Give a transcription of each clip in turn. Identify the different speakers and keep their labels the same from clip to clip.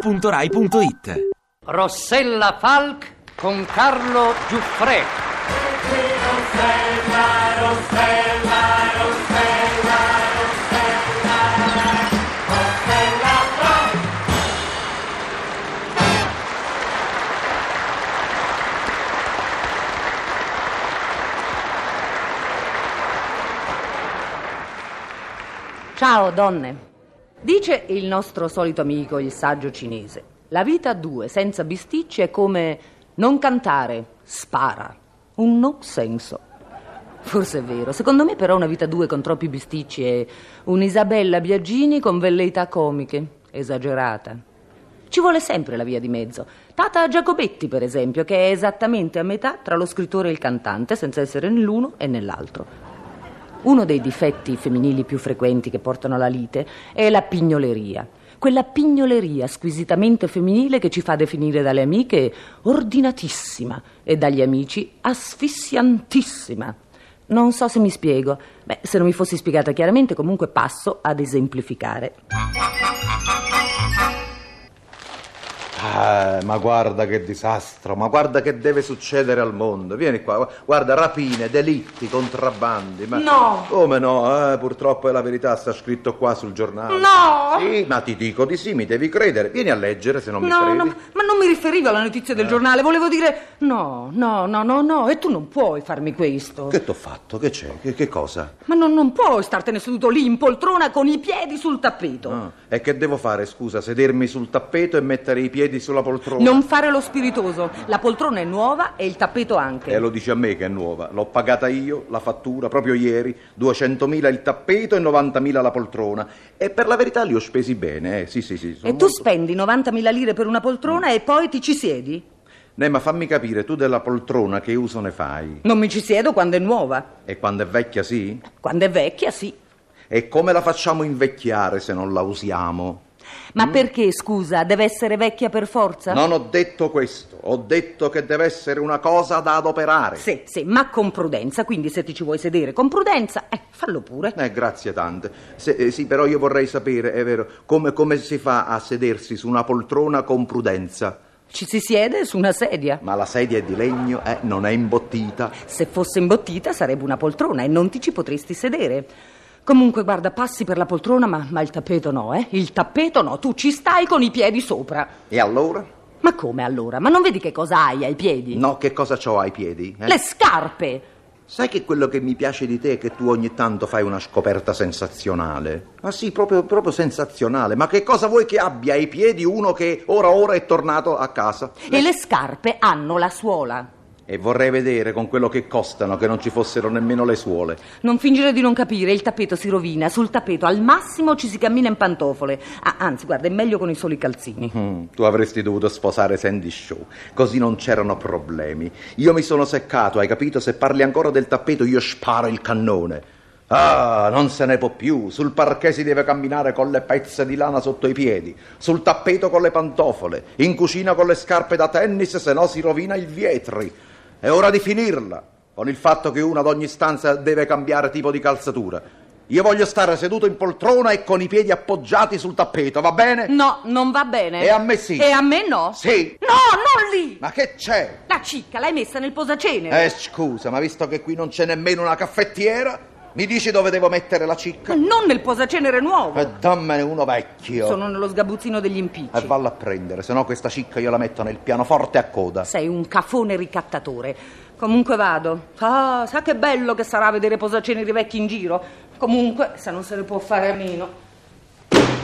Speaker 1: radio2pod.rai.it
Speaker 2: Rossella Falk con Carlo Giuffre.
Speaker 3: Ciao donne. Dice il nostro solito amico, il saggio cinese. La vita a due, senza bisticci, è come non cantare, spara. Un no senso. Forse è vero. Secondo me però una vita a due con troppi bisticci è un'Isabella Biagini con velleità comiche, esagerata. Ci vuole sempre la via di mezzo. Tata Giacobetti, per esempio, che è esattamente a metà tra lo scrittore e il cantante, senza essere né l'uno e nell'altro. Uno dei difetti femminili più frequenti che portano alla lite è la pignoleria. Quella pignoleria squisitamente femminile che ci fa definire dalle amiche ordinatissima e dagli amici asfissiantissima. Non so se mi spiego. Beh, se non mi fossi spiegata chiaramente, comunque passo ad esemplificare.
Speaker 4: Ah, ma guarda che disastro, ma guarda che deve succedere al mondo. Vieni qua, gu- guarda, rapine, delitti, contrabbandi. Ma...
Speaker 3: No.
Speaker 4: Come no? Eh, purtroppo è la verità, sta scritto qua sul giornale.
Speaker 3: No!
Speaker 4: Sì, ma ti dico di sì, mi devi credere. Vieni a leggere se non mi Eh.
Speaker 3: No,
Speaker 4: credi.
Speaker 3: no, ma non mi riferivo alla notizia del giornale, volevo dire no, no, no, no, no, e tu non puoi farmi questo.
Speaker 4: Che t'ho fatto? Che c'è? Che, che cosa?
Speaker 3: Ma non, non puoi startene seduto lì in poltrona con i piedi sul tappeto.
Speaker 4: Ah, e che devo fare, scusa? Sedermi sul tappeto e mettere i piedi sulla poltrona?
Speaker 3: Non fare lo spiritoso. La poltrona è nuova e il tappeto anche.
Speaker 4: E Eh, lo dici a me che è nuova. L'ho pagata io, la fattura, proprio ieri. 200.000 il tappeto e 90.000 la poltrona. E per la verità li ho spesi bene, eh. Sì, sì, sì. sono
Speaker 3: E tu
Speaker 4: molto-
Speaker 3: spendi 90.000 lire per una poltrona e poi ti ci siedi?
Speaker 4: Ne, ma fammi capire, tu della poltrona che uso ne fai?
Speaker 3: Non mi ci siedo quando è nuova.
Speaker 4: E quando è vecchia sì?
Speaker 3: Quando è vecchia, sì.
Speaker 4: E come la facciamo invecchiare se non la usiamo?
Speaker 3: Ma
Speaker 4: Mm.
Speaker 3: perché, scusa, deve essere vecchia per forza?
Speaker 4: Non ho detto questo, ho detto che deve essere una cosa da adoperare.
Speaker 3: Sì, sì, ma con prudenza. Quindi se ti ci vuoi sedere con prudenza, eh, fallo pure.
Speaker 4: Eh, grazie tante. Se- eh, sì, però io vorrei sapere, è vero, come, come si fa a sedersi su una poltrona con prudenza?
Speaker 3: Ci si siede su una sedia.
Speaker 4: Ma la sedia è di legno, eh, non è imbottita.
Speaker 3: Se fosse imbottita sarebbe una poltrona e non ti ci potresti sedere. Comunque, guarda, passi per la poltrona, ma, ma il tappeto no, eh? Il tappeto no, tu ci stai con i piedi sopra.
Speaker 4: E allora?
Speaker 3: Ma come allora? Ma non vedi che cosa hai ai piedi?
Speaker 4: No, che cosa ho ai piedi? eh?
Speaker 3: Le scarpe!
Speaker 4: Sai che quello che mi piace di te è che tu ogni tanto fai una scoperta sensazionale? Ma sì, proprio, proprio sensazionale. Ma che cosa vuoi che abbia ai piedi uno che ora ora è tornato a casa?
Speaker 3: E le scarpe hanno la suola.
Speaker 4: E vorrei vedere con quello che costano che non ci fossero nemmeno le suole.
Speaker 3: Non fingere di non capire, il tappeto si rovina, sul tappeto al massimo ci si cammina in pantofole. Ah, anzi, guarda, è meglio con i soli calzini.
Speaker 4: Mm, tu avresti dovuto sposare Sandy Shaw, così non c'erano problemi. Io mi sono seccato, hai capito? Se parli ancora del tappeto io sparo il cannone. Ah, non se ne può più. Sul parquet si deve camminare con le pezze di lana sotto i piedi, sul tappeto con le pantofole, in cucina con le scarpe da tennis, se no si rovina il vietri. È ora di finirla, con il fatto che uno ad ogni stanza deve cambiare tipo di calzatura. Io voglio stare seduto in poltrona e con i piedi appoggiati sul tappeto, va bene?
Speaker 3: No, non va bene.
Speaker 4: Mhm. E a me sì.
Speaker 3: E a me no.
Speaker 4: Sì.
Speaker 3: No, non lì!
Speaker 4: Ma che c'è?
Speaker 3: La cicca l'hai messa nel posacenere.
Speaker 4: Eh, scusa, ma visto che qui non c'è nemmeno una caffettiera, mi dici dove devo mettere la
Speaker 3: Ma
Speaker 4: cicca?
Speaker 3: Non nel posacenere nuovo.
Speaker 4: E dammene uno vecchio.
Speaker 3: Sono nello sgabuzzino degli impicci.
Speaker 4: E valla a prendere, se no questa cicca io la metto nel pianoforte a coda.
Speaker 3: Sei un cafone ricattatore. Comunque vado. Ah, sa che bello che sarà vedere posaceneri vecchi in giro. Comunque, se non se ne può fare a meno.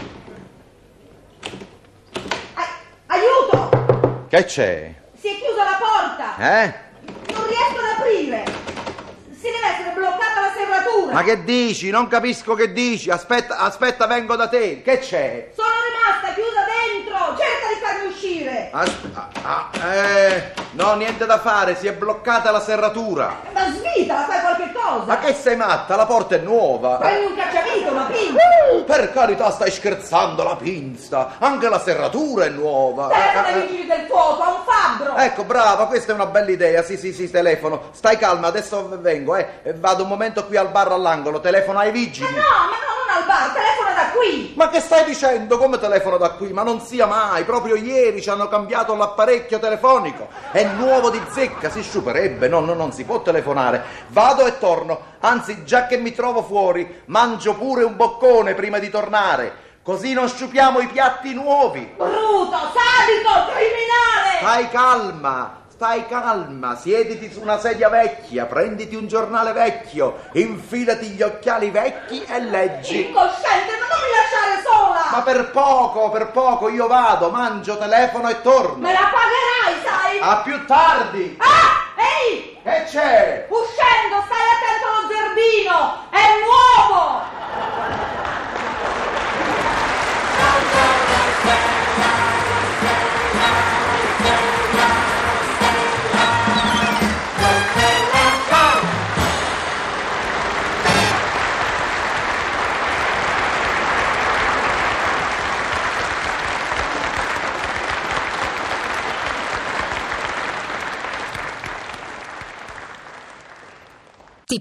Speaker 5: Ai- Aiuto!
Speaker 4: Che c'è?
Speaker 5: Si è chiusa la porta!
Speaker 4: Eh?
Speaker 5: Non riesco ad aprire! Si deve essere bloccata la serratura!
Speaker 4: Ma che dici? Non capisco che dici. Aspetta, aspetta, vengo da te. Che c'è?
Speaker 5: Sono rimasta chiusa dentro! Cerca di farmi uscire!
Speaker 4: As- ah, ah, eh, no, niente da fare, si è bloccata la serratura.
Speaker 5: Ma svitala, fai qualche cosa!
Speaker 4: Ma che sei matta? La porta è nuova.
Speaker 5: Prendi un cacciavite, una pinza!
Speaker 4: Per carità, stai scherzando la pinza. Anche la serratura è nuova.
Speaker 5: Telefono ai
Speaker 4: Eh, eh,
Speaker 5: vigili del fuoco, a un fabbro!
Speaker 4: Ecco, brava, questa è una bella idea. Sì, sì, sì, telefono. Stai calma, adesso vengo, eh. Vado un momento qui al bar all'angolo, telefono ai vigili.
Speaker 5: Ma no, ma no, non al bar, telefona da qui!
Speaker 4: Ma che stai dicendo? Come telefono da qui? Ma non sia mai, proprio ieri ci hanno cambiato l'apparecchio telefonico. È nuovo di zecca, si sciuperebbe, no, no, non si può telefonare. Vado e torno, anzi già che mi trovo fuori, mangio pure un boccone prima di tornare. Così non sciupiamo i piatti nuovi.
Speaker 5: Bruto, sadico, criminale!
Speaker 4: Stai calma, stai calma, siediti su una sedia vecchia, prenditi un giornale vecchio, infilati gli occhiali vecchi e leggi.
Speaker 5: Incosciente, ma non mi lasciare sola!
Speaker 4: Ma per poco, per poco io vado, mangio, telefono e torno.
Speaker 5: Me la pagherai, sai?
Speaker 4: A più tardi!
Speaker 5: Ah, ehi!
Speaker 4: Che c'è?
Speaker 5: Uscendo, stai attento allo zerbino! È nuovo!
Speaker 1: Ti